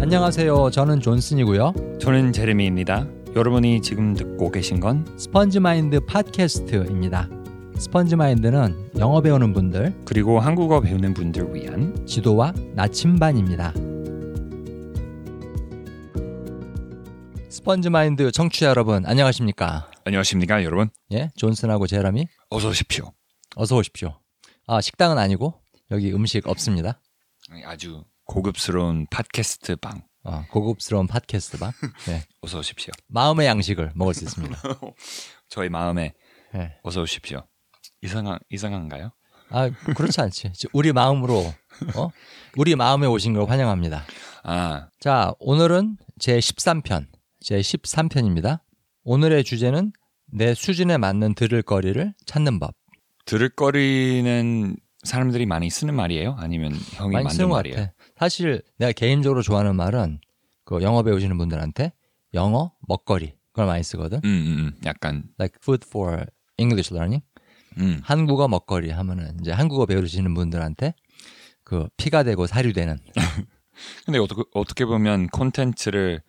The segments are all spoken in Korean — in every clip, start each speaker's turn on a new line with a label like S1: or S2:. S1: 안녕하세요. 저는 존슨이고요.
S2: 저는 제레미입니다. 여러분이 지금 듣고 계신 건
S1: 스펀지 마인드 팟캐스트입니다. 스펀지 마인드는 영어 배우는 분들
S2: 그리고 한국어 배우는 분들 위한
S1: 지도와 나침반입니다. 스펀지 마인드 청취자 여러분 안녕하십니까?
S2: 안녕하십니까 여러분
S1: 예, 존슨하고 제라미
S2: 어서 오십시오.
S1: 어서 오십시오. 아, 식당은 아니고 여기 음식 없습니다.
S2: 네, 아주 고급스러운 팟캐스트 방
S1: 어, 고급스러운 팟캐스트방. 예,
S2: 어서 오십시오.
S1: 마음의 양식을 먹을 수 있습니다.
S2: 저희 마음에
S1: 예.
S2: 어서 오십시오. 이상한 이상한가요?
S1: 아 그렇지 않지. 우리 마음으로 어? 우리 마음에 오신 걸 환영합니다.
S2: 아
S1: 자 오늘은 제 13편 제 13편입니다. 오늘의 주제는 내 수준에 맞는 들을 거리를 찾는 법.
S2: 들을 거리는 사람들이 많이 쓰는 말이에요? 아니면 형이
S1: 많이
S2: 만든
S1: 쓰는 것
S2: 말이에요?
S1: 같아. 사실 내가 개인적으로 좋아하는 말은 그 영어 배우시는 분들한테 영어 먹거리 그걸 많이 쓰거든.
S2: 음, 음, 음. 약간
S1: Like food for English learning.
S2: 음.
S1: 한국어 먹거리 하면은 이제 한국어 배우시는 분들한테 그 피가 되고 살이 되는
S2: 아. 근데 어떻게 어떻게 보면 콘텐츠를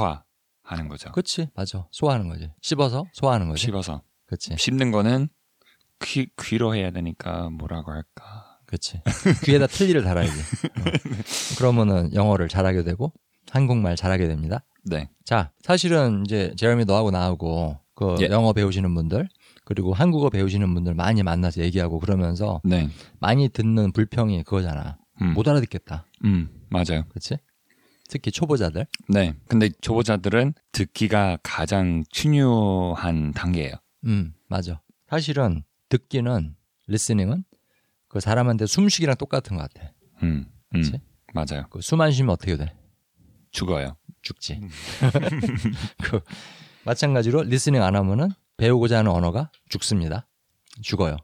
S2: 소화하는 거죠.
S1: 그렇지 맞아 소화하는 거지 씹어서 소화하는 거지
S2: 씹어서
S1: 그렇지
S2: 씹는 거는 귀 귀로 해야 되니까 뭐라고 할까?
S1: 그렇지 귀에다 틀니를 달아야지 어. 그러면은 영어를 잘하게 되고 한국말 잘하게 됩니다
S2: 네.
S1: 자 사실은 이제 제레미 너하고 나하고 그
S2: 예.
S1: 영어 배우시는 분들 그리고 한국어 배우시는 분들 많이 만나서 얘기하고 그러면서
S2: 네.
S1: 많이 듣는 불평이 그거잖아
S2: 음.
S1: 못 알아듣겠다
S2: 음, 맞아요.
S1: 그렇지 특히 초보자들
S2: 네. 근데 초보자들은 듣기가 가장 중요한 단계예요.
S1: 음 맞아 사실은 듣기는 리스닝은 그 사람한테 숨쉬기랑 똑같은 것 같아
S2: 음. 음.
S1: 그치?
S2: 맞아요.
S1: 그 숨 안 쉬면 어떻게 돼?
S2: 죽어요.
S1: 죽지. 그 마찬가지로 리스닝 안 하면은 배우고자 하는 언어가 죽습니다. 죽어요.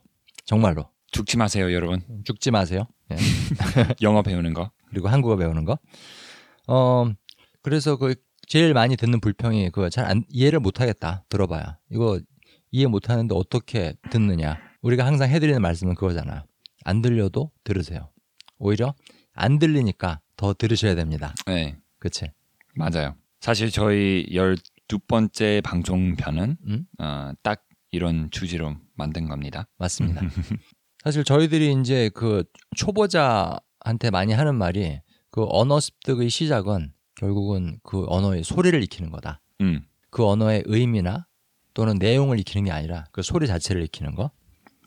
S1: 정말로
S2: 죽지 마세요, 여러분.
S1: 죽지 마세요. 예.
S2: 영어 배우는 거.
S1: 그리고 한국어 배우는 거. 어 그래서 그 제일 많이 듣는 불평이 그거 잘 안- 이해를 못하겠다. 들어봐야 이거 이해 못하는데 어떻게 듣느냐. 우리가 항상 해드리는 말씀은 그거잖아. 안 들려도 들으세요. 오히려 안 들리니까 더 들으셔야 됩니다.
S2: 네.
S1: 그치?
S2: 맞아요. 사실 저희 12번째 방송편은
S1: 음?
S2: 어, 딱 이런 주제로 만든 겁니다.
S1: 맞습니다. 사실 저희들이 이제 그 초보자한테 많이 하는 말이 그 언어 습득의 시작은 결국은 그 언어의 소리를 익히는 거다.
S2: 음.
S1: 그 언어의 의미나 또는 내용을 익히는 게 아니라 그 소리 자체를 익히는 거.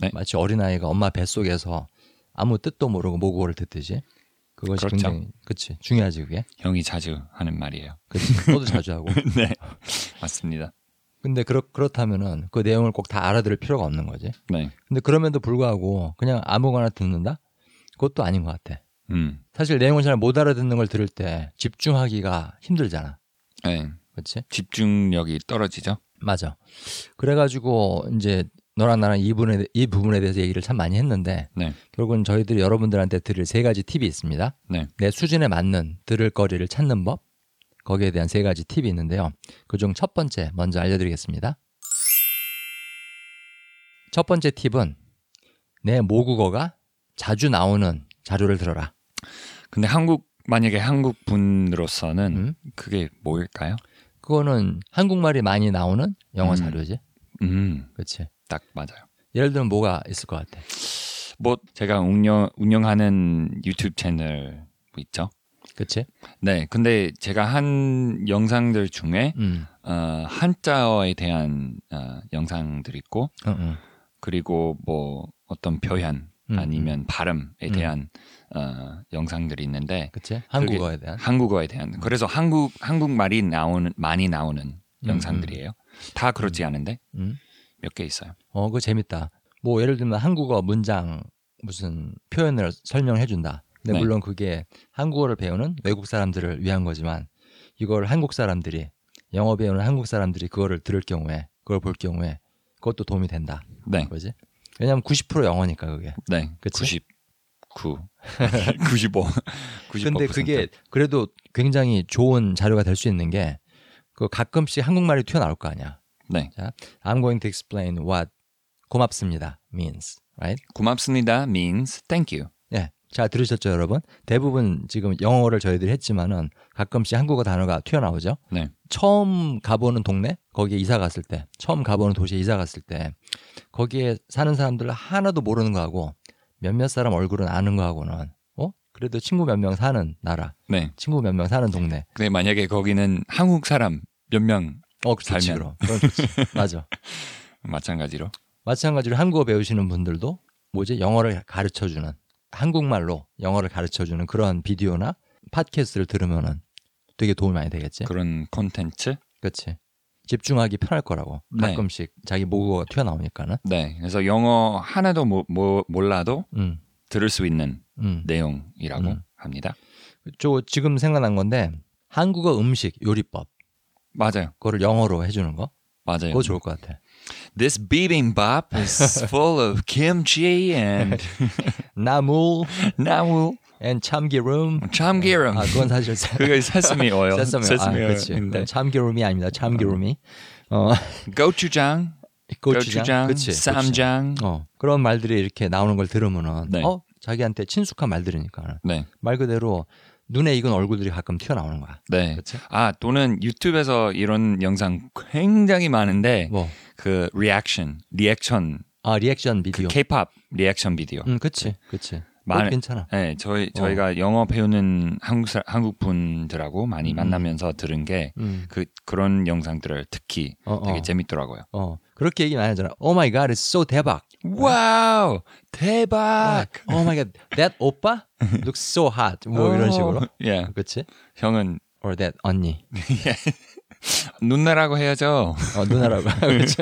S2: 네.
S1: 마치 어린아이가 엄마 뱃속에서 아무 뜻도 모르고 모국어를 듣듯이 그것이
S2: 그렇죠.
S1: 굉장히 그치 중요하지 그게
S2: 형이 자주 하는 말이에요.
S1: 그치 너도 자주 하고
S2: 네. 맞습니다.
S1: 근데 그렇, 그렇다면은 그 내용을 꼭 다 알아들을 필요가 없는 거지
S2: 네.
S1: 근데 그럼에도 불구하고 그냥 아무거나 듣는다 그것도 아닌 것 같아
S2: 음.
S1: 사실 내용을 잘 못 알아듣는 걸 들을 때 집중하기가 힘들잖아.
S2: 네.
S1: 그렇지?
S2: 집중력이 떨어지죠.
S1: 맞아. 그래가지고 이제 너랑 나랑 이 부분에 대- 이 부분에 대해서 얘기를 참 많이 했는데
S2: 네.
S1: 결국은 저희들이 여러분들한테 드릴 세 가지 팁이 있습니다.
S2: 네.
S1: 내 수준에 맞는 들을 거리를 찾는 법 거기에 대한 세 가지 팁이 있는데요. 그중 첫 번째 먼저 알려드리겠습니다. 첫 번째 팁은 내 모국어가 자주 나오는 자료를 들어라.
S2: 근데 한국 만약에 한국 분으로서는
S1: 음?
S2: 그게 뭘까요?
S1: 그거는 한국말이 많이 나오는 영어
S2: 음.
S1: 자료지.
S2: 음,
S1: 그렇지.
S2: 딱 맞아요.
S1: 예를 들면 뭐가 있을 것 같아?
S2: 뭐 제가 운영 운영하는 유튜브 채널 있죠.
S1: 그렇지?
S2: 네, 근데 제가 한 영상들 중에
S1: 음.
S2: 어, 한자어에 대한 어, 영상들 있고
S1: 응, 응.
S2: 그리고 뭐 어떤 표현
S1: 어. 음,
S2: 아니면 발음에
S1: 음.
S2: 대한 어, 영상들이 있는데
S1: 그렇지? 한국어에 대한.
S2: 한국어에 대한 그래서 한국 한국말이 나오는 많이 나오는
S1: 음,
S2: 영상들이에요. 다 그렇지 않은데
S1: 음.
S2: 몇 개 있어요.
S1: 어, 그거 재밌다. 뭐 예를 들면 한국어 문장 무슨 표현을 설명해 준다. 근데
S2: 네.
S1: 물론 그게 한국어를 배우는 외국 사람들을 위한 거지만 이걸 한국 사람들이 영어 배우는 한국 사람들이 그거를 들을 경우에 그걸 볼 경우에 그것도 도움이 된다.
S2: 네,
S1: 그지? 왜냐면 90% 영어니까 그게.
S2: 네,
S1: 그치?
S2: 99, 95, 95.
S1: 근데 그게 그래도 굉장히 좋은 자료가 될 수 있는 게 그 가끔씩 한국말이 튀어나올 거 아니야.
S2: 네.
S1: 자, I'm going to explain what 고맙습니다 means, right?
S2: 고맙습니다 means thank you.
S1: 예. 자 들으셨죠 여러분? 대부분 지금 영어를 저희들이 했지만은 가끔씩 한국어 단어가 튀어나오죠.
S2: 네.
S1: 처음 가보는 동네 거기에 이사 갔을 때 처음 가보는 도시에 이사 갔을 때 거기에 사는 사람들 하나도 모르는 거하고 몇몇 사람 얼굴은 아는 거하고는 어 그래도 친구 몇 명 사는 나라
S2: 네.
S1: 친구 몇 명 사는 동네
S2: 근데 만약에 거기는 한국 사람 몇 명
S1: 어 좋지 그럼
S2: 살면.
S1: 그건 좋지 맞아
S2: 마찬가지로
S1: 마찬가지로 한국어 배우시는 분들도 뭐지 영어를 가르쳐 주는 한국말로 영어를 가르쳐 주는 그런 비디오나 팟캐스트를 들으면은 되게 도움이 많이 되겠지
S2: 그런 콘텐츠.
S1: 그렇지 집중하기 편할 거라고
S2: 네.
S1: 가끔씩 자기 모국어가 튀어나오니까는
S2: 네. 그래서 영어 하나도 모, 모, 몰라도
S1: 음
S2: 들을 수 있는
S1: 음.
S2: 내용이라고
S1: 음.
S2: 합니다.
S1: 저 지금 생각난 건데 한국어 음식 요리법
S2: 맞아요.
S1: 그거를 영어로 해주는 거
S2: 맞아요.
S1: 그거 좋을 것 같아.
S2: This bibimbap is full of kimchi and
S1: 나물
S2: 나무
S1: and 참기름.
S2: 참기름.
S1: 아 그건 사실 사-
S2: 그거 세스미 오일.
S1: 세스미 아 그렇지.
S2: 오일인데
S1: 그건 참기름이 아닙니다. 참기름이
S2: 아.
S1: 어
S2: 고추장,
S1: 고추장,
S2: 고추장,
S1: 그치,
S2: 쌈장.
S1: 고추장. 어 그런 말들이 이렇게 나오는 걸 들으면은
S2: 네.
S1: 어 자기한테 친숙한 말들이니까
S2: 네.
S1: 말 그대로 눈에 익은 얼굴들이 가끔 튀어나오는 거야.
S2: 네.
S1: 그렇지?
S2: 아, 또는 유튜브에서 이런 영상 굉장히 많은데
S1: 뭐아 아,
S2: 그 리액션, 리액션
S1: 리액션
S2: 그
S1: 비디오.
S2: K-팝 리액션 비디오.
S1: 음 그치 그치.
S2: 많은-
S1: 말 괜찮아.
S2: 네, 저희 저희가 영어 배우는 한국 사- 한국 분들하고 많이
S1: 음.
S2: 만나면서 들은 게 그
S1: 음.
S2: 그런 영상들을 특히
S1: 어, 어.
S2: 되게 재밌더라고요.
S1: 어 그렇게 얘기 많이 하잖아. Oh my god, it's so 대박.
S2: 네. 와우 대박.
S1: Oh my god, that 오빠 looks so hot.
S2: 네.
S1: 뭐 이런 식으로.
S2: 예,
S1: 그렇지?
S2: 형은
S1: Or that 언니.
S2: 누나라고 해야죠.
S1: 어, 누나라고. 그렇지?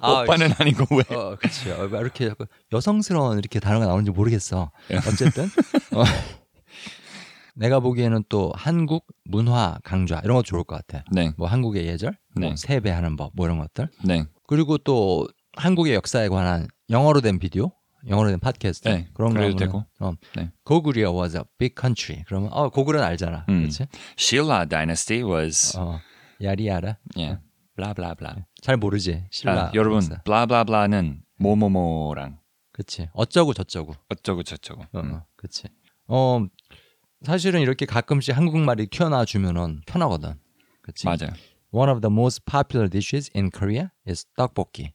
S1: 아,
S2: 오빠는 아니고 왜?
S1: 어, 그렇지. 어, 왜 이렇게 자꾸 여성스러운 이렇게 단어가 나오는지 모르겠어.
S2: 예.
S1: 어쨌든 어, 내가 보기에는 또 한국 문화 강좌 이런 거 좋을 것 같아.
S2: 네,
S1: 뭐 한국의 예절, 뭐
S2: 네.
S1: 세배하는 법, 뭐 이런 것들.
S2: 네,
S1: 그리고 또 한국의 역사에 관한 영어로 된 비디오, 영어로 된 팟캐스트
S2: 네,
S1: 그런 거
S2: 그래도
S1: 보면, 어,
S2: 네.
S1: 고구려 was a big country. 그러면 어 고구려는 알잖아,
S2: 음.
S1: 그렇지?
S2: 신라 dynasty was
S1: 어, 야리야라
S2: 예, 네, 블라블라블라.
S1: 잘 모르지 신라.
S2: 아, 여러분
S1: 역사.
S2: 블라블라블라는 뭐뭐뭐랑
S1: 그렇지. 어쩌고 저쩌고,
S2: 음. 어쩌고 저쩌고.
S1: 어,
S2: 음.
S1: 어, 그렇지. 어 사실은 이렇게 가끔씩 한국말이 튀어나와 주면은 편하거든, 그렇지?
S2: 맞아요.
S1: One of the most popular dishes in Korea is 떡볶이.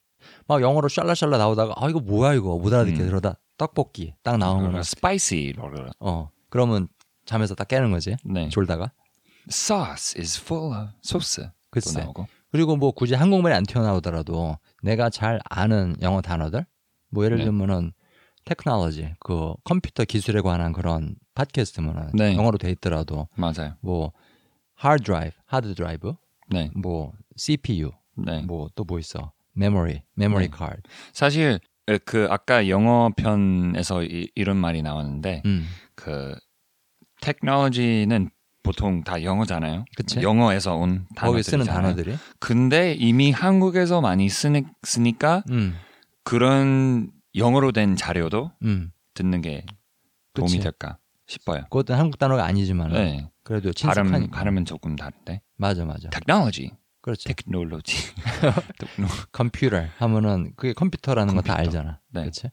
S1: 막 영어로 샬라샬라 나오다가 아 이거 뭐야 이거 못 알아듣게
S2: 음.
S1: 그러다 떡볶이 딱 나오면
S2: 스파이시
S1: 어 그러면 잠에서 딱 깨는 거지
S2: 네.
S1: 졸다가
S2: sauce is full of 소스 또
S1: 글쎄
S2: 나오고
S1: 그리고 뭐 굳이 한국말이 안 튀어나오더라도 내가 잘 아는 영어 단어들 뭐 예를
S2: 네.
S1: 들면은 테크놀로지 그 컴퓨터 기술에 관한 그런 팟캐스트면은
S2: 네.
S1: 영어로 돼 있더라도
S2: 맞아요.
S1: 뭐 하드 드라이브 하드 드라이브
S2: 네,
S1: 뭐 CPU
S2: 네.
S1: 뭐 또 뭐 있어 메모리 메모리
S2: 네.
S1: 카드
S2: 사실 에, 그 아까 영어 편에서 이, 이런 말이 나왔는데
S1: 음
S2: 그 테크놀로지는 보통 다 영어잖아요.
S1: 그치.
S2: 영어에서 온 단어들.
S1: 음, 거기 쓰는 단어들이
S2: 근데 이미 한국에서 많이 쓰니, 쓰니까
S1: 음
S2: 그런 영어로 된 자료도
S1: 음.
S2: 듣는 게 도움이
S1: 그치.
S2: 될까 싶어요.
S1: 그것도 한국 단어가 아니지만 은
S2: 네.
S1: 그래도
S2: 발음
S1: 친숙하니까
S2: 발음은 조금 다른데.
S1: 맞아 맞아
S2: 테크놀로지.
S1: 그렇지
S2: 테크놀로지.
S1: 컴퓨터 하면은 그게 컴퓨터라는 거 다
S2: 컴퓨터.
S1: 알잖아.
S2: 네.
S1: 그렇지?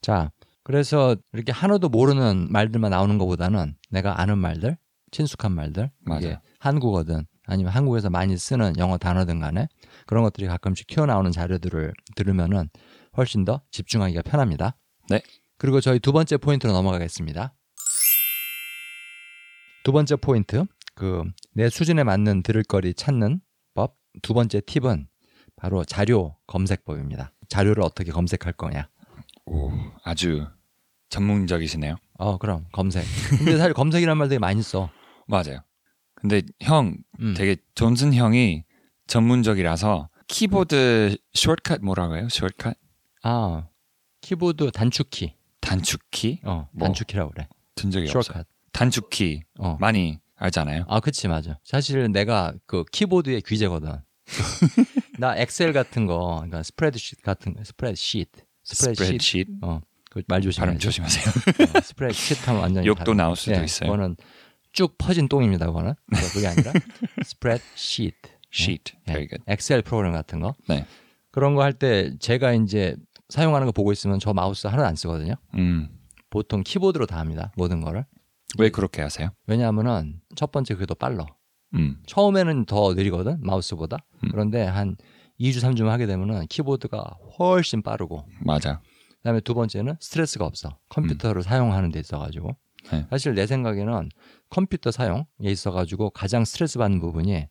S1: 자, 그래서 이렇게 하나도 모르는 말들만 나오는 것보다는 내가 아는 말들, 친숙한 말들,
S2: 맞아요.
S1: 이게 한국어든 아니면 한국에서 많이 쓰는 영어 단어든 간에 그런 것들이 가끔씩 튀어나오는 자료들을 들으면은 훨씬 더 집중하기가 편합니다.
S2: 네.
S1: 그리고 저희 두 번째 포인트로 넘어가겠습니다. 두 번째 포인트, 그 내 수준에 맞는 들을거리 찾는 법. 두 번째 팁은 바로 자료 검색법입니다. 자료를 어떻게 검색할 거냐.
S2: 오, 아주 전문적이시네요.
S1: 어, 그럼 검색. 근데 사실 검색이란 말 되게 많이 써.
S2: 맞아요. 근데 형
S1: 음.
S2: 되게 존슨 형이 전문적이라서 키보드 숏컷 뭐라고 해요? 숏컷?
S1: 아, 키보드 단축키.
S2: 단축키?
S1: 어,
S2: 뭐?
S1: 단축키라고 그래.
S2: 든 적이 없어요.
S1: 숏컷.
S2: 단축키
S1: 어.
S2: 많이 알잖아요.
S1: 아, 그치, 맞아. 사실 내가 그 키보드의 귀재거든. 나 엑셀 같은 거, 그러니까 스프레드시트 같은 거, 스프레드시트. 스프레드시트.
S2: 스프레드시트
S1: 어, 그말 조심해.
S2: 발음 조심하세요.
S1: 어, 스프레드시트 하면 완전히
S2: 욕도
S1: 다른-
S2: 나올 수도
S1: 예,
S2: 있어요.
S1: 그거는 쭉 퍼진 똥입니다, 그거는. 그게 아니라 스프레드시트.
S2: sheet.
S1: 예.
S2: Very good.
S1: 엑셀 프로그램 같은 거
S2: 네.
S1: 그런 거 할 때 제가 이제 사용하는 거 보고 있으면 저 마우스 하나 안 쓰거든요.
S2: 음.
S1: 보통 키보드로 다 합니다. 모든 거를.
S2: 왜 그렇게 하세요?
S1: 왜냐하면은 첫 번째 그게 더 빨라.
S2: 음.
S1: 처음에는 더 느리거든 마우스보다.
S2: 음.
S1: 그런데 한 2주 3주만 하게 되면은 키보드가 훨씬 빠르고
S2: 맞아.
S1: 그다음에 두 번째는 스트레스가 없어. 컴퓨터를 사용하는 데 있어 가지고.
S2: 음. 네.
S1: 사실 내 생각에는 컴퓨터 사용에 있어 가지고 가장 스트레스 받는 부분이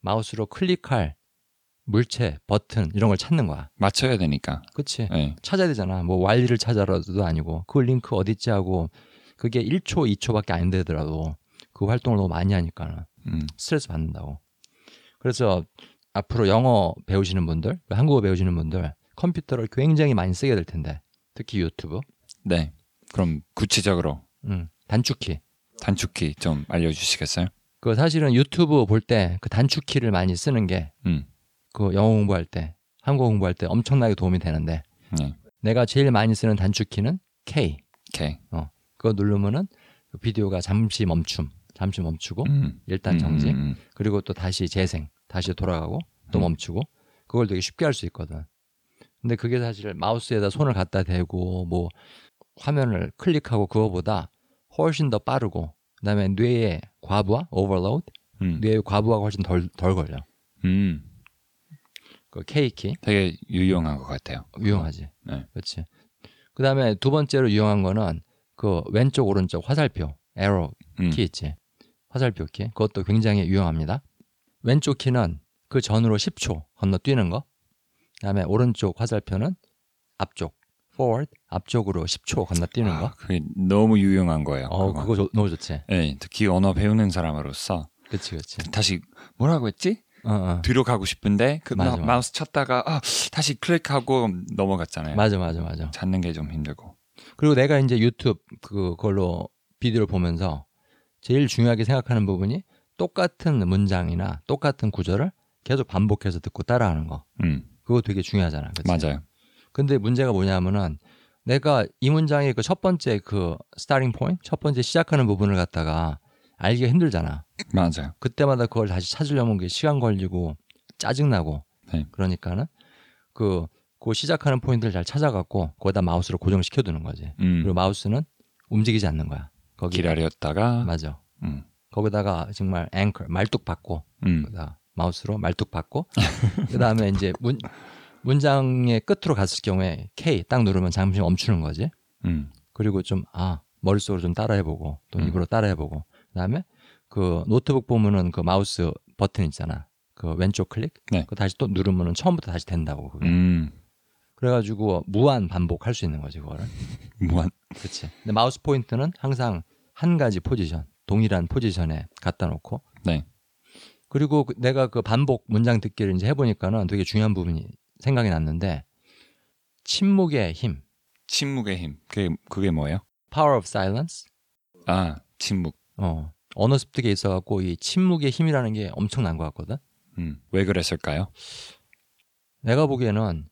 S1: 마우스로 클릭할 물체, 버튼 이런 걸 찾는 거야.
S2: 맞춰야 되니까.
S1: 그치
S2: 예.
S1: 찾아야 되잖아. 뭐 완리를 찾아라도 아니고 그 링크 어디 있지 하고 그게 1초, 2초밖에 안 되더라도 그 활동을 너무 많이 하니까는
S2: 음.
S1: 스트레스 받는다고. 그래서 앞으로 영어 배우시는 분들, 한국어 배우시는 분들 컴퓨터를 굉장히 많이 쓰게 될 텐데 특히 유튜브,
S2: 네. 그럼 구체적으로
S1: 음, 단축키.
S2: 단축키 좀 알려주시겠어요?
S1: 그 사실은 유튜브 볼 때 그 단축키를 많이 쓰는 게 그
S2: 음.
S1: 영어 공부할 때, 한국어 공부할 때 엄청나게 도움이 되는데
S2: 네.
S1: 내가 제일 많이 쓰는 단축키는 K.
S2: 오케이.
S1: 그거 누르면은 그 비디오가 잠시 멈춤, 잠시 멈추고
S2: 음.
S1: 어? 일단 정지,
S2: 음, 음, 음.
S1: 그리고 또 다시 재생, 다시 돌아가고 또
S2: 음.
S1: 멈추고 그걸 되게 쉽게 할 수 있거든. 근데 그게 사실 마우스에다 손을 갖다 대고 뭐 화면을 클릭하고 그거보다 훨씬 더 빠르고 그다음에 뇌의 과부하, 오버로드,
S2: 음.
S1: 뇌의 과부하가 훨씬 덜, 덜 걸려.
S2: 음.
S1: 그 K키
S2: 되게 유용한 것 같아요.
S1: 유용하지.
S2: 네.
S1: 그렇지. 그다음에 두 번째로 유용한 거는 그 왼쪽 오른쪽 화살표, 에러
S2: 음.
S1: 키 있지. 화살표 키. 그것도 굉장히 유용합니다. 왼쪽 키는 그 전으로 10초 건너뛰는 거. 그다음에 오른쪽 화살표는 앞쪽 forward 앞쪽으로 10초 건너뛰는
S2: 아,
S1: 거.
S2: 그게 너무 유용한 거예요.
S1: 어, 그거, 좋- 너무 좋지.
S2: 예, 특히 언어 배우는 사람으로서
S1: 그렇지, 그렇지.
S2: 다시 뭐라고 했지?
S1: 어, 어.
S2: 뒤로 가고 싶은데 그
S1: 맞아, 맞아.
S2: 마, 우스 찾다가 아, 다시 클릭하고 넘어갔잖아요.
S1: 맞아, 맞아, 맞아.
S2: 찾는 게 좀 힘들고.
S1: 그리고 내가 이제 유튜브 그걸로 비디오를 보면서 제일 중요하게 생각하는 부분이 똑같은 문장이나 똑같은 구절을 계속 반복해서 듣고 따라하는 거.
S2: 음,
S1: 그거 되게 중요하잖아. 그치?
S2: 맞아요.
S1: 근데 문제가 뭐냐면은 내가 이 문장의 그 첫 번째 그 스타팅 포인트, 첫 번째 시작하는 부분을 갖다가 알기가 힘들잖아.
S2: 맞아요.
S1: 그때마다 그걸 다시 찾으려면 그게 시간 걸리고 짜증나고
S2: 네.
S1: 그러니까는 그, 그 시작하는 포인트를 잘 찾아갖고 거기다 마우스로 고정시켜 두는 거지.
S2: 음,
S1: 그리고 마우스는 움직이지 않는 거야. 거기
S2: 기다렸다가
S1: 맞아.
S2: 음,
S1: 거기다가 정말 앵커 말뚝 받고
S2: 음,
S1: 거기다 마우스로 말뚝 받고 그다음에 이제 문 문장의 끝으로 갔을 경우에 K 딱 누르면 잠시 멈추는 거지.
S2: 음,
S1: 그리고 좀 아 머릿속으로 좀 따라해보고 또
S2: 음.
S1: 입으로 따라해보고 그다음에 그 노트북 보면은 그 마우스 버튼 있잖아. 그 왼쪽 클릭.
S2: 네.
S1: 그거 다시 또 누르면은 처음부터 다시 된다고 그게.
S2: 음,
S1: 그래가지고 무한 반복할 수 있는 거지 그거를.
S2: 무한.
S1: 그치. 근데 마우스 포인트는 항상 한 가지 포지션, 동일한 포지션에 갖다 놓고.
S2: 네.
S1: 그리고 그- 내가 그 반복 문장 듣기를 이제 해보니까는 되게 중요한 부분이 생각이 났는데, 침묵의 힘,
S2: 침묵의 힘. 그게 그게 뭐예요?
S1: power of silence.
S2: 아, 침묵.
S1: 어, 언어 습득에 있어갖고 이 침묵의 힘이라는 게 엄청난 것 같거든.
S2: 음, 왜 그랬을까요?
S1: 내가 보기에는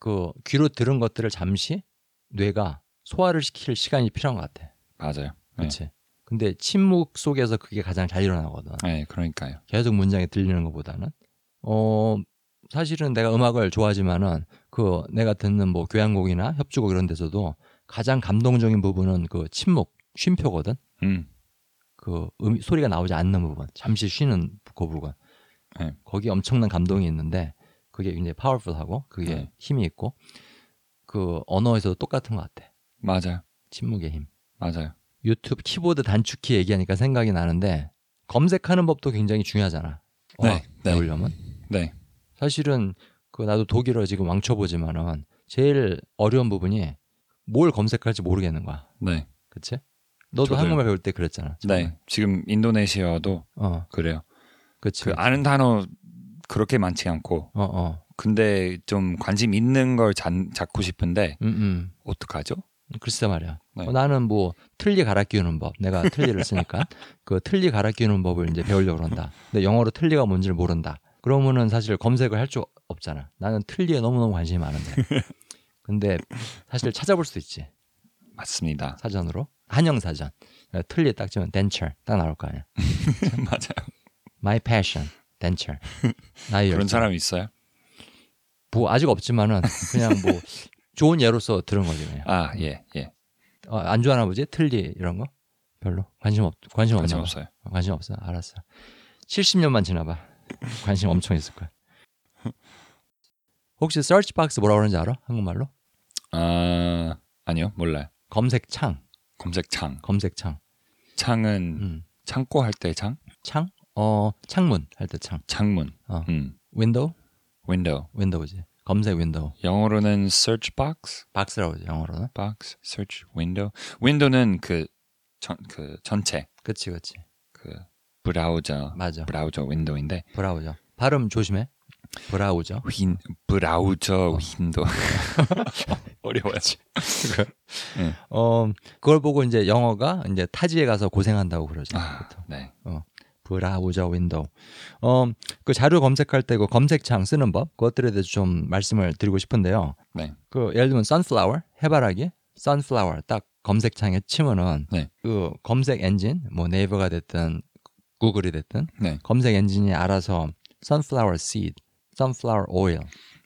S1: 그 귀로 들은 것들을 잠시 뇌가 소화를 시킬 시간이 필요한 것 같아.
S2: 맞아요. 네.
S1: 그치. 근데 침묵 속에서 그게 가장 잘 일어나거든.
S2: 네, 그러니까요.
S1: 계속 문장이 들리는 것보다는 어 사실은 내가 음악을 좋아하지만은 그 내가 듣는 뭐 교향곡이나 협주곡 이런 데서도 가장 감동적인 부분은 그 침묵 쉼표거든
S2: 음,
S1: 그 음, 소리가 나오지 않는 부분 잠시 쉬는 그 부분
S2: 네.
S1: 거기 엄청난 감동이 있는데 그게 굉장히 파워풀하고 그게
S2: 네.
S1: 힘이 있고 그 언어에서도 똑같은 것 같아
S2: 맞아요,
S1: 침묵의 힘
S2: 맞아요.
S1: 유튜브 키보드 단축키 얘기하니까 생각이 나는데 검색하는 법도 굉장히 중요하잖아
S2: 네, 네.
S1: 배우려면
S2: 네,
S1: 사실은 그 나도 독일어 지금 왕쳐보지만은 제일 어려운 부분이 뭘 검색할지 모르겠는 거야.
S2: 네,
S1: 그치? 너도
S2: 저도요.
S1: 한국말 배울 때 그랬잖아. 처음에.
S2: 네. 지금 인도네시아어도
S1: 어,
S2: 그래요.
S1: 그치.
S2: 그 아는 단어 그렇게 많지 않고
S1: 어, 어.
S2: 근데 좀 관심 있는 걸 잡, 잡고 싶은데
S1: 음, 음.
S2: 어떡하죠?
S1: 글쎄 말이야.
S2: 네.
S1: 어, 나는 뭐 틀리 갈아 끼우는 법. 내가 틀리를 쓰니까 그 틀리 갈아 끼우는 법을 이제 배우려고 한다. 근데 영어로 틀리가 뭔지를 모른다. 그러면은 사실 검색을 할 줄 없잖아. 나는 틀리에 너무너무 관심이 많은데. 근데 사실 찾아볼 수도 있지.
S2: 맞습니다.
S1: 사전으로 한영 사전 어, 틀리 딱 치면 denture 딱 나올 거 아니야.
S2: 맞아요.
S1: My passion denture 나의
S2: 그런
S1: 열정.
S2: 사람 있어요?
S1: 뭐 아직 없지만은 그냥 뭐 좋은 예로서 들은 거지 그냥.
S2: 아, 예, 예.
S1: 어, 안주 할아버지 틀리 이런 거 별로 관심 없 관심 없나
S2: 관심
S1: 봐.
S2: 없어요.
S1: 어, 관심 없어. 알았어. 70년만 지나봐. 관심 엄청 있을 거야. 혹시 search box 뭐라 그러는지 알아? 한국말로?
S2: 아 아니요 몰라요.
S1: 검색창.
S2: 검색창
S1: 검색창.
S2: 창은
S1: 음.
S2: 창고 할 때 창?
S1: 창? 어, 창문 할 때 창.
S2: 창문.
S1: 어.
S2: 음.
S1: 윈도우?
S2: 윈도우.
S1: 윈도우지. 검색 윈도우.
S2: 영어로는 search box,
S1: 박스라고 하지 영어로는.
S2: box, search window. 윈도우는 그전그 전체
S1: 그치 그치.
S2: 그 브라우저
S1: 맞아.
S2: 브라우저 윈도우인데
S1: 브라우저. 발음 조심해. 브라우저.
S2: 윈 브라우저 윈도우 어려워야지.
S1: 그렇죠. 어, 그걸 보고 이제 영어가 이제 타지에 가서 고생한다고 그러죠.
S2: 아,
S1: 보통.
S2: 네.
S1: 브라우저 윈도우. 어, 그 자료 검색할 때 그 검색창 쓰는 법 그것들에 대해서 좀 말씀을 드리고 싶은데요.
S2: 네.
S1: 그 예를 들면 sunflower 해바라기 sunflower 딱 검색창에 치면은
S2: 네.
S1: 그 검색 엔진 뭐 네이버가 됐든 구글이 됐든
S2: 네.
S1: 검색 엔진이 알아서 sunflower seed, sunflower oil,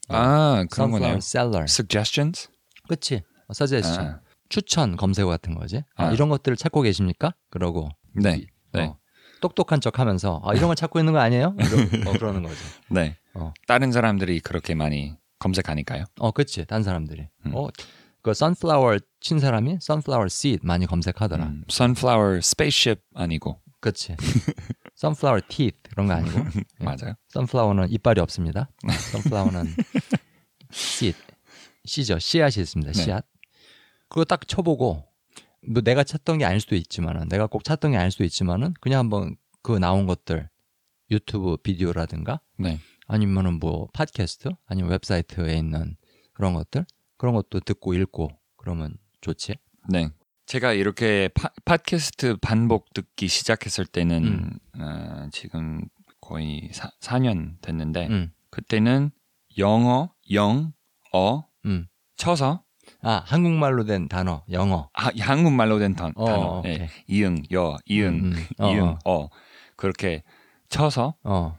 S1: 어,
S2: 아, 그런 거네요.
S1: sunflower seller,
S2: suggestions?
S1: 그치? suggestion
S2: 아,
S1: 어, 추천 검색어 같은 거지. 아,
S2: 아.
S1: 이런 것들을 찾고 계십니까? 그러고
S2: 네. 네.
S1: 어, 똑똑한 척하면서 아, 이런 걸 찾고 있는 거 아니에요? 이러, 어, 그러는 거지.
S2: 네.
S1: 어.
S2: 다른 사람들이 그렇게 많이 검색하니까요.
S1: 어, 그치. 딴 사람들이.
S2: 음.
S1: 어, 그 sunflower 친 사람이 sunflower seed 많이 검색하더라.
S2: 음, sunflower spaceship 아니고
S1: 그치. sunflower teeth 그런 거 아니고. 예.
S2: 맞아요.
S1: sunflower는 이빨이 없습니다. sunflower는 seed. 씨죠. 씨앗이 있습니다.
S2: 네.
S1: 씨앗. 그거 딱 쳐보고 뭐 내가 찾던 게 아닐 수도 있지만은 내가 꼭 찾던 게 아닐 수도 있지만은 그냥 한번 그 나온 것들 유튜브 비디오라든가
S2: 네.
S1: 아니면은 뭐 팟캐스트 아니면 웹사이트에 있는 그런 것들 그런 것도 듣고 읽고 그러면 좋지.
S2: 네. 제가 이렇게 파- 팟캐스트 반복 듣기 시작했을 때는
S1: 음.
S2: 어, 지금 거의 사, 4년 됐는데
S1: 음.
S2: 그때는 영어, 영, 어
S1: 음.
S2: 쳐서
S1: 아 한국말로 된 단어 영어.
S2: 아, 한국말로 된 단,
S1: 어,
S2: 단어
S1: 어,
S2: 예.
S1: 오케이.
S2: 이응, 여, 이응,
S1: 음, 음. 어,
S2: 이응,
S1: 어,
S2: 어. 그렇게 쳐서
S1: 어.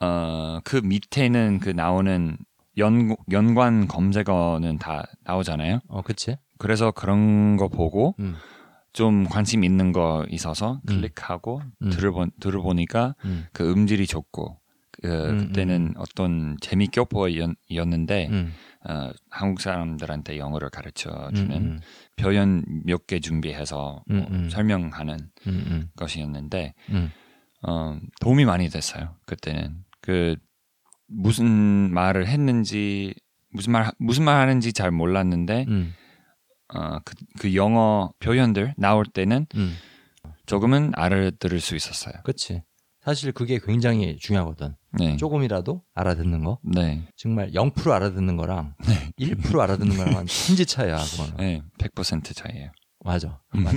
S2: 어, 그 밑에는 그 나오는 연, 연관 검색어는 다 나오잖아요.
S1: 어, 그치.
S2: 그래서 그런 거 보고
S1: 음,
S2: 좀 관심 있는 거 있어서
S1: 음.
S2: 클릭하고
S1: 음.
S2: 들어보, 들어보니까
S1: 음,
S2: 그 음질이 좋고 그,
S1: 음,
S2: 그때는 어떤 재미있게 보였는데
S1: 음,
S2: 어, 한국 사람들한테 영어를 가르쳐
S1: 음,
S2: 주는
S1: 음,
S2: 표현 몇 개 준비해서
S1: 음,
S2: 뭐
S1: 음.
S2: 설명하는
S1: 음,
S2: 것이었는데
S1: 음,
S2: 어, 도움이 많이 됐어요 그때는 그 무슨 말을 했는지 무슨 말 무슨 말 하는지 잘 몰랐는데
S1: 음,
S2: 어, 그, 그 영어 표현들 나올 때는
S1: 음.
S2: 조금은 알아들을 수 있었어요.
S1: 그치. 사실 그게 굉장히 중요하거든.
S2: 네.
S1: 조금이라도 알아듣는 거.
S2: 네.
S1: 정말 0% 알아듣는 거랑 1% 알아듣는 거랑 은 천지 차이야, 그거는.
S2: 네. 100% 차이예요.
S1: 맞아.
S2: 음.
S1: 맞아.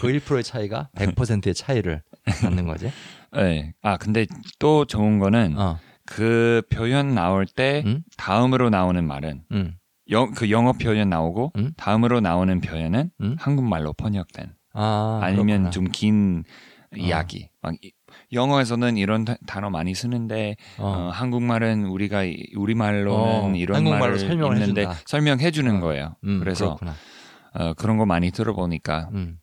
S1: 그 1%의 차이가 100%의 차이를 갖는 거지.
S2: 네. 아, 근데 또 좋은 거는
S1: 어.
S2: 그 표현 나올 때
S1: 음?
S2: 다음으로 나오는 말은
S1: 음.
S2: 영, 그 영어 표현 나오고
S1: 음?
S2: 다음으로 나오는 표현은
S1: 음?
S2: 한국말로 번역된
S1: 아,
S2: 아, 니면
S1: 그렇구나. 어.
S2: 좀 긴 이야기. 막 이- 영어에서는 이런 다- 단어 많이 쓰는데
S1: 어.
S2: 어, 한국말은 우리가 이- 우리말로는
S1: 어,
S2: 이런
S1: 한국말로
S2: 말을
S1: 설명을
S2: 있는데
S1: 해준다.
S2: 설명해 주는 거예요.
S1: 음,
S2: 그래서
S1: 그렇구나.
S2: 어, 그런 거 많이 들어보니까
S1: 음.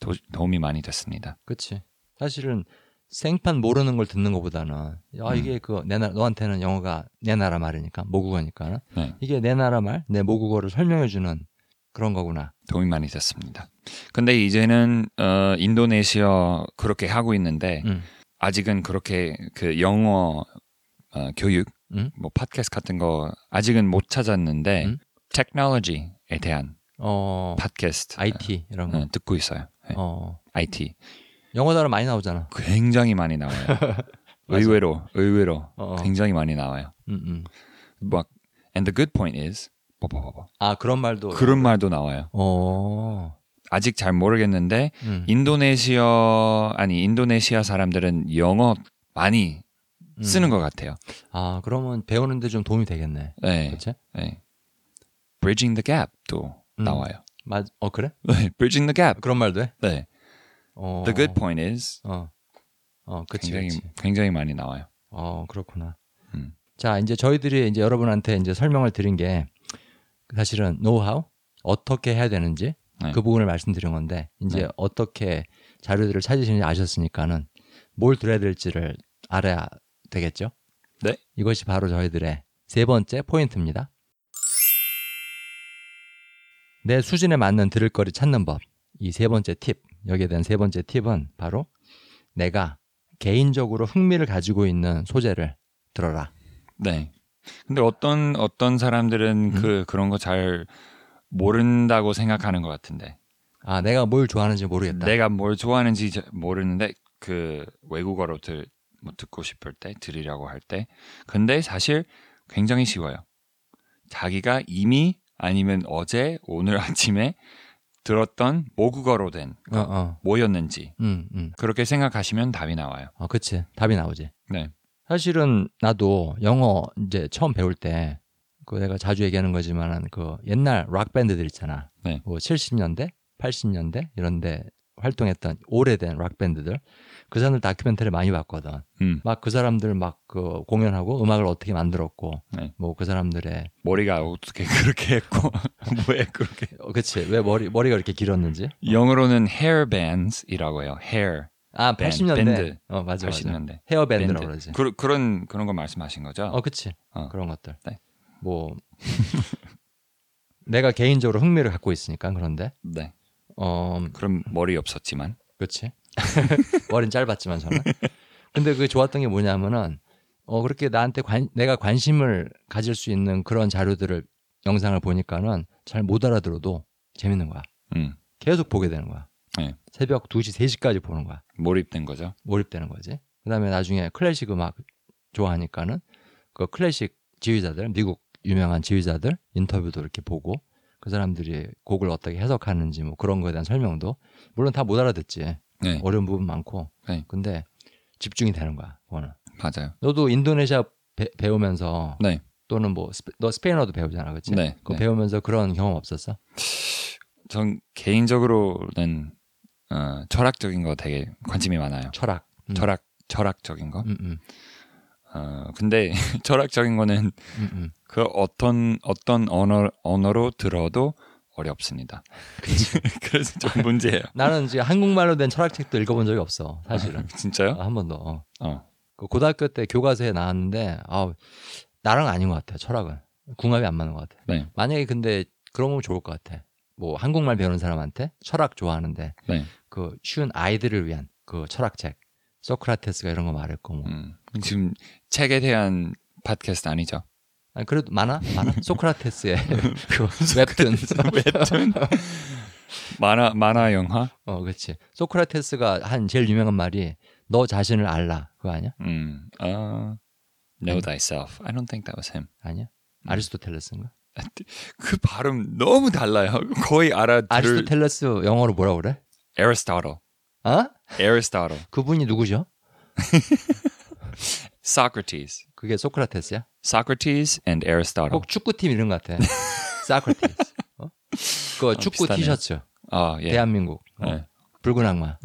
S2: 도, 도움이 많이 됐습니다.
S1: 그치. 사실은 생판 모르는 걸 듣는 것보다는
S2: 음.
S1: 아 이게 그 내 나라 너한테는 영어가 내 나라 말이니까 모국어니까
S2: 네.
S1: 이게 내 나라 말 내 모국어를 설명해 주는 그런 거구나.
S2: 도움이 많이 됐습니다. 근데 이제는 어, 인도네시아 그렇게 하고 있는데
S1: 음.
S2: 아직은 그렇게 그 영어 어, 교육
S1: 음?
S2: 뭐 팟캐스트 같은 거 아직은 못 찾았는데
S1: 음?
S2: 테크놀로지에 대한
S1: 어
S2: 팟캐스트
S1: IT 이런 거.
S2: 어, 듣고 있어요. 네,
S1: 어
S2: IT
S1: 영어 단어 많이 나오잖아.
S2: 그 굉장히 많이 나와요. 의외로 의외로
S1: 어, 어.
S2: 굉장히 많이 나와요.
S1: 음, 음.
S2: 막 and the good point is 뭐뭐뭐
S1: 아 그런 말도.
S2: 그런 말도 나와요.
S1: 어.
S2: 아직 잘 모르겠는데
S1: 음.
S2: 인도네시아 아니 인도네시아 사람들은 영어 많이
S1: 음.
S2: 쓰는 것 같아요.
S1: 아 그러면 배우는데 좀 도움이 되겠네.
S2: 네,
S1: 그렇지?
S2: 네. Bridging the gap도
S1: 그렇죠. 음.
S2: 나와요.
S1: 맞. 어 그래?
S2: 네, Bridging the gap.
S1: 그런 말도 해?
S2: 네,
S1: 어.
S2: the good point is
S1: 어. 어 그치
S2: 굉장히
S1: 그치.
S2: 굉장히 많이 나와요.
S1: 어, 그렇구나.
S2: 음.
S1: 자, 이제 저희들이 이제 여러분한테 이제 설명을 드린 게 사실은 노하우 어떻게 해야 되는지
S2: 네.
S1: 그 부분을 말씀드린 건데 이제
S2: 네.
S1: 어떻게 자료들을 찾으시는지 아셨으니까는 뭘 들어야 될지를 알아야 되겠죠.
S2: 네.
S1: 이것이 바로 저희들의 세 번째 포인트입니다. 내 수준에 맞는 들을거리 찾는 법. 이 세 번째 팁. 여기에 대한 세 번째 팁은 바로 내가 개인적으로 흥미를 가지고 있는 소재를 들어라.
S2: 네. 근데 어떤 어떤 사람들은 그 그런 거 잘 모른다고 생각하는 것 같은데
S1: 아, 내가 뭘 좋아하는지 모르겠다.
S2: 내가 뭘 좋아하는지 자- 모르는데 그 외국어로 들, 뭐 듣고 싶을 때 들으려고 할 때 근데 사실 굉장히 쉬워요. 자기가 이미 아니면 어제 오늘 아침에 들었던 모국어로 된
S1: 어, 어.
S2: 뭐였는지
S1: 음, 음.
S2: 그렇게 생각하시면 답이 나와요.
S1: 어, 그치. 답이 나오지.
S2: 네.
S1: 사실은 나도 영어 이제 처음 배울 때, 그 내가 자주 얘기하는 거지만은 그 옛날 락밴드들 있잖아.
S2: 네.
S1: 뭐 70년대, 80년대 이런데 활동했던 오래된 락밴드들. 그 사람들 다큐멘터리 많이 봤거든.
S2: 음.
S1: 막 그 사람들 막 그 공연하고 음악을 어떻게 만들었고,
S2: 네.
S1: 뭐 그 사람들의,
S2: 머리가 어떻게 그렇게 했고 왜 그렇게
S1: 어, 그치. 왜 머리, 머리가 이렇게 길었는지.
S2: 영어로는 hair bands이라고 해요. hair
S1: 아,
S2: 밴-
S1: 80년대.
S2: 밴드.
S1: 어, 맞아, 맞아.
S2: 80년대
S1: 헤어밴드라고 그러지.
S2: 그, 그런 그런 거 말씀하신 거죠?
S1: 어, 그치.
S2: 어.
S1: 그런 것들.
S2: 네.
S1: 뭐 내가 개인적으로 흥미를 갖고 있으니까 그런데
S2: 네.
S1: 어,
S2: 그럼 머리 없었지만
S1: 그렇지. 머리는 짧았지만 저는. 근데 그게 좋았던 게 뭐냐면은 어 그렇게 나한테 관, 내가 관심을 가질 수 있는 그런 자료들을 영상을 보니까는 잘 못 알아들어도 재밌는 거야.
S2: 음,
S1: 계속 보게 되는 거야.
S2: 네.
S1: 새벽 2시, 3시까지 보는 거야.
S2: 몰입된 거죠.
S1: 몰입되는 거지. 그다음에 나중에 클래식 음악 좋아하니까는 그 클래식 지휘자들 미국 유명한 지휘자들 인터뷰도 이렇게 보고 그 사람들이 곡을 어떻게 해석하는지 뭐 그런 거에 대한 설명도 물론 다 못 알아듣지
S2: 네,
S1: 어려운 부분 많고
S2: 네.
S1: 근데 집중이 되는 거야 그거는
S2: 맞아요.
S1: 너도 인도네시아 배, 배우면서
S2: 네,
S1: 또는 뭐 너 스페인어도 배우잖아 그치
S2: 네,
S1: 그거
S2: 네.
S1: 배우면서 그런 경험 없었어
S2: 전 개인적으로는 어, 철학적인 거 되게 관심이 많아요.
S1: 철학 음.
S2: 철학, 철학적인 거.
S1: 음, 음,
S2: 어, 근데 철학적인 거는
S1: 음, 음.
S2: 그 어떤 어떤 언어 언어로 들어도 어렵습니다. 그래서 좀 문제예요.
S1: 나는 지금 한국말로 된 철학책도 읽어본 적이 없어
S2: 아,
S1: 사실은
S2: 진짜요?
S1: 한 번도 어.
S2: 어,
S1: 그 고등학교 때 교과서에 나왔는데 아 나랑 아닌 것 같아요 철학은 궁합이 안 맞는 것 같아
S2: 네,
S1: 만약에 근데 그런 거 좋을 것 같아 뭐 한국말 배우는 사람한테 철학 좋아하는데
S2: 네.
S1: 그 쉬운 아이들을 위한 그 철학책 소크라테스가 이런 거 말했고 뭐
S2: 음, 지금 책에 대한 팟캐스트 아니죠?
S1: 아니, 그래도 많아 많아 소크라테스의 그 웹툰
S2: 웹툰 만화 만화 영화.
S1: 어 그렇지 소크라테스가 한 제일 유명한 말이 너 자신을 알라 그거 아니야
S2: 음, 아, know thyself. I don't think that was him.
S1: 아니야 아리스토텔레스인가
S2: 그 발음 너무 달라요. 거의 알아들.
S1: 아리스토텔레스 영어로 뭐라 그래
S2: Aristotle.
S1: 어
S2: Aristotle.
S1: 그분이 누구죠
S2: Socrates.
S1: 그게 소크라테스야
S2: Socrates and Aristotle.
S1: 꼭 축구팀 이름 같아. 사크라테스. 어? 그 축구
S2: 비슷하네요.
S1: 티셔츠.
S2: 아, 예.
S1: 대한민국. 어,
S2: 네.
S1: 붉은 악마.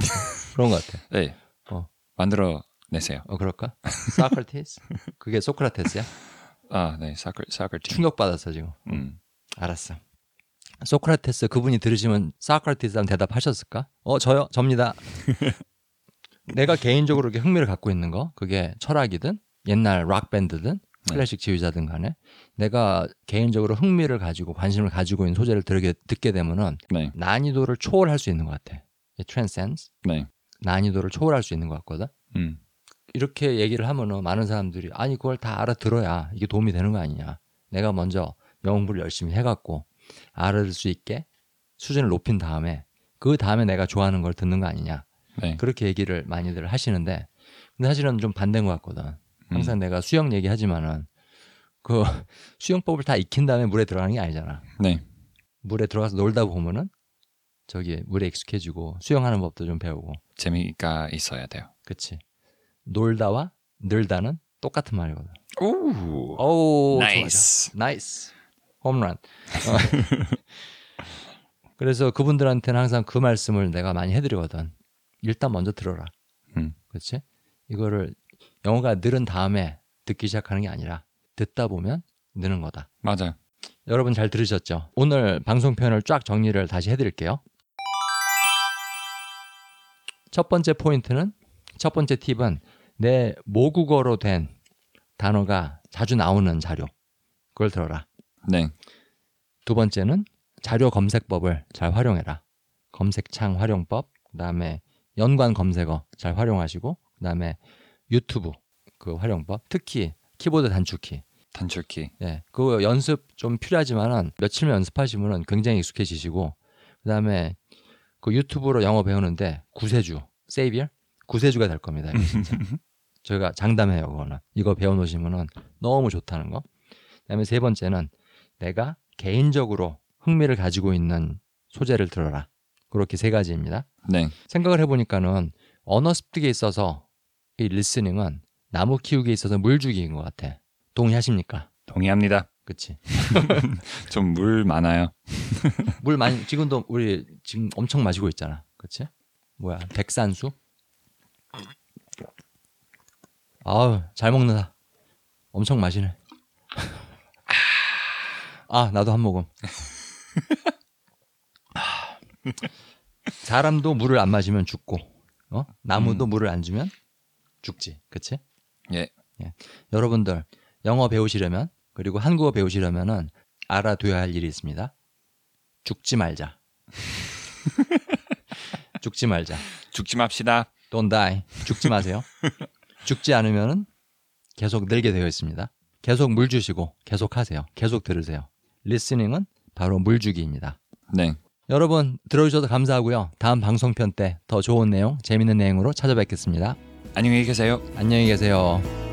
S1: 그런 것 같아.
S2: 예.
S1: 어.
S2: 만들어 내세요.
S1: 어, 그럴까? 사크라테스? 그게 소크라테스야?
S2: 아, 네. Socr- Socrates.
S1: 충격받았어, 지금.
S2: 음.
S1: 알았어. 소크라테스 그분이 들으시면 사크라테스 하면 대답하셨을까? 어, 저요? 접니다. 내가 개인적으로 이렇게 흥미를 갖고 있는 거, 그게 철학이든 옛날 락밴드든 클래식 지휘자든 간에 내가 개인적으로 흥미를 가지고 관심을 가지고 있는 소재를 들게, 듣게 되면은
S2: 네.
S1: 난이도를 초월할 수 있는 것 같아. 이 트랜센스
S2: 네.
S1: 난이도를 초월할 수 있는 것 같거든.
S2: 음.
S1: 이렇게 얘기를 하면은 많은 사람들이 아니 그걸 다 알아들어야 이게 도움이 되는 거 아니냐. 내가 먼저 영부를 열심히 해갖고 알아들 수 있게 수준을 높인 다음에 그 다음에 내가 좋아하는 걸 듣는 거 아니냐.
S2: 네.
S1: 그렇게 얘기를 많이들 하시는데 근데 사실은 좀 반대인 것 같거든. 항상 내가 수영 얘기하지만은 그 수영법을 다 익힌 다음에 물에 들어가는 게 아니잖아.
S2: 네.
S1: 물에 들어가서 놀다 보면은 저기 물에 익숙해지고 수영하는 법도 좀 배우고
S2: 재미가 있어야 돼요.
S1: 그치 놀다와 늘다는 똑같은 말이거든
S2: 오.
S1: 오
S2: 나이스.
S1: 나이스 홈런 어. 그래서 그분들한테는 항상 그 말씀을 내가 많이 해드리거든 일단 먼저 들어라
S2: 음.
S1: 그치 이거를 영어가 늘은 다음에 듣기 시작하는 게 아니라 듣다 보면 느는 거다
S2: 맞아요.
S1: 여러분 잘 들으셨죠? 오늘 방송 표현을 쫙 정리를 다시 해드릴게요. 첫 번째 포인트는 첫 번째 팁은 내 모국어로 된 단어가 자주 나오는 자료 그걸 들어라.
S2: 네.
S1: 두 번째는 자료 검색법을 잘 활용해라. 검색창 활용법, 그다음에 연관 검색어 잘 활용하시고 그다음에 유튜브 그 활용법, 특히 키보드 단축키.
S2: 단축키.
S1: 예. 그거 연습 좀 필요하지만은 며칠만 연습하시면은 굉장히 익숙해지시고 그다음에 그 유튜브로 영어 배우는데 구세주, 세이비얼 구세주가 될 겁니다. 이거 진짜. 저희가 장담해요, 그거는. 이거 배워 놓으시면은 너무 좋다는 거. 그다음에 세 번째는 내가 개인적으로 흥미를 가지고 있는 소재를 들어라. 그렇게 세 가지입니다.
S2: 네.
S1: 생각을 해보니까는 언어 습득에 있어서 이 리스닝은 나무 키우기에 있어서 물주기인 것 같아. 동의하십니까?
S2: 동의합니다.
S1: 그치?
S2: 좀 물 많아요.
S1: 물 많이, 지금도 우리 지금 엄청 마시고 있잖아. 그치? 뭐야, 백산수? 아우, 잘 먹는다. 엄청 마시네. 아, 나도 한 모금. 아, 사람도 물을 안 마시면 죽고, 어? 나무도 물을 안 주면 죽지. 그치?
S2: 예.
S1: 여러분들 영어 배우시려면 그리고 한국어 배우시려면은 알아둬야 할 일이 있습니다. 죽지 말자. 죽지 말자.
S2: 죽지 맙시다.
S1: Don't die. 죽지 마세요. 죽지 않으면은 계속 늘게 되어 있습니다. 계속 물 주시고 계속 하세요. 계속 들으세요. 리스닝은 바로 물 주기입니다.
S2: 네.
S1: 여러분 들어주셔서 감사하고요. 다음 방송편 때 더 좋은 내용, 재밌는 내용으로 찾아뵙겠습니다.
S2: 안녕히 계세요.
S1: 안녕히 계세요.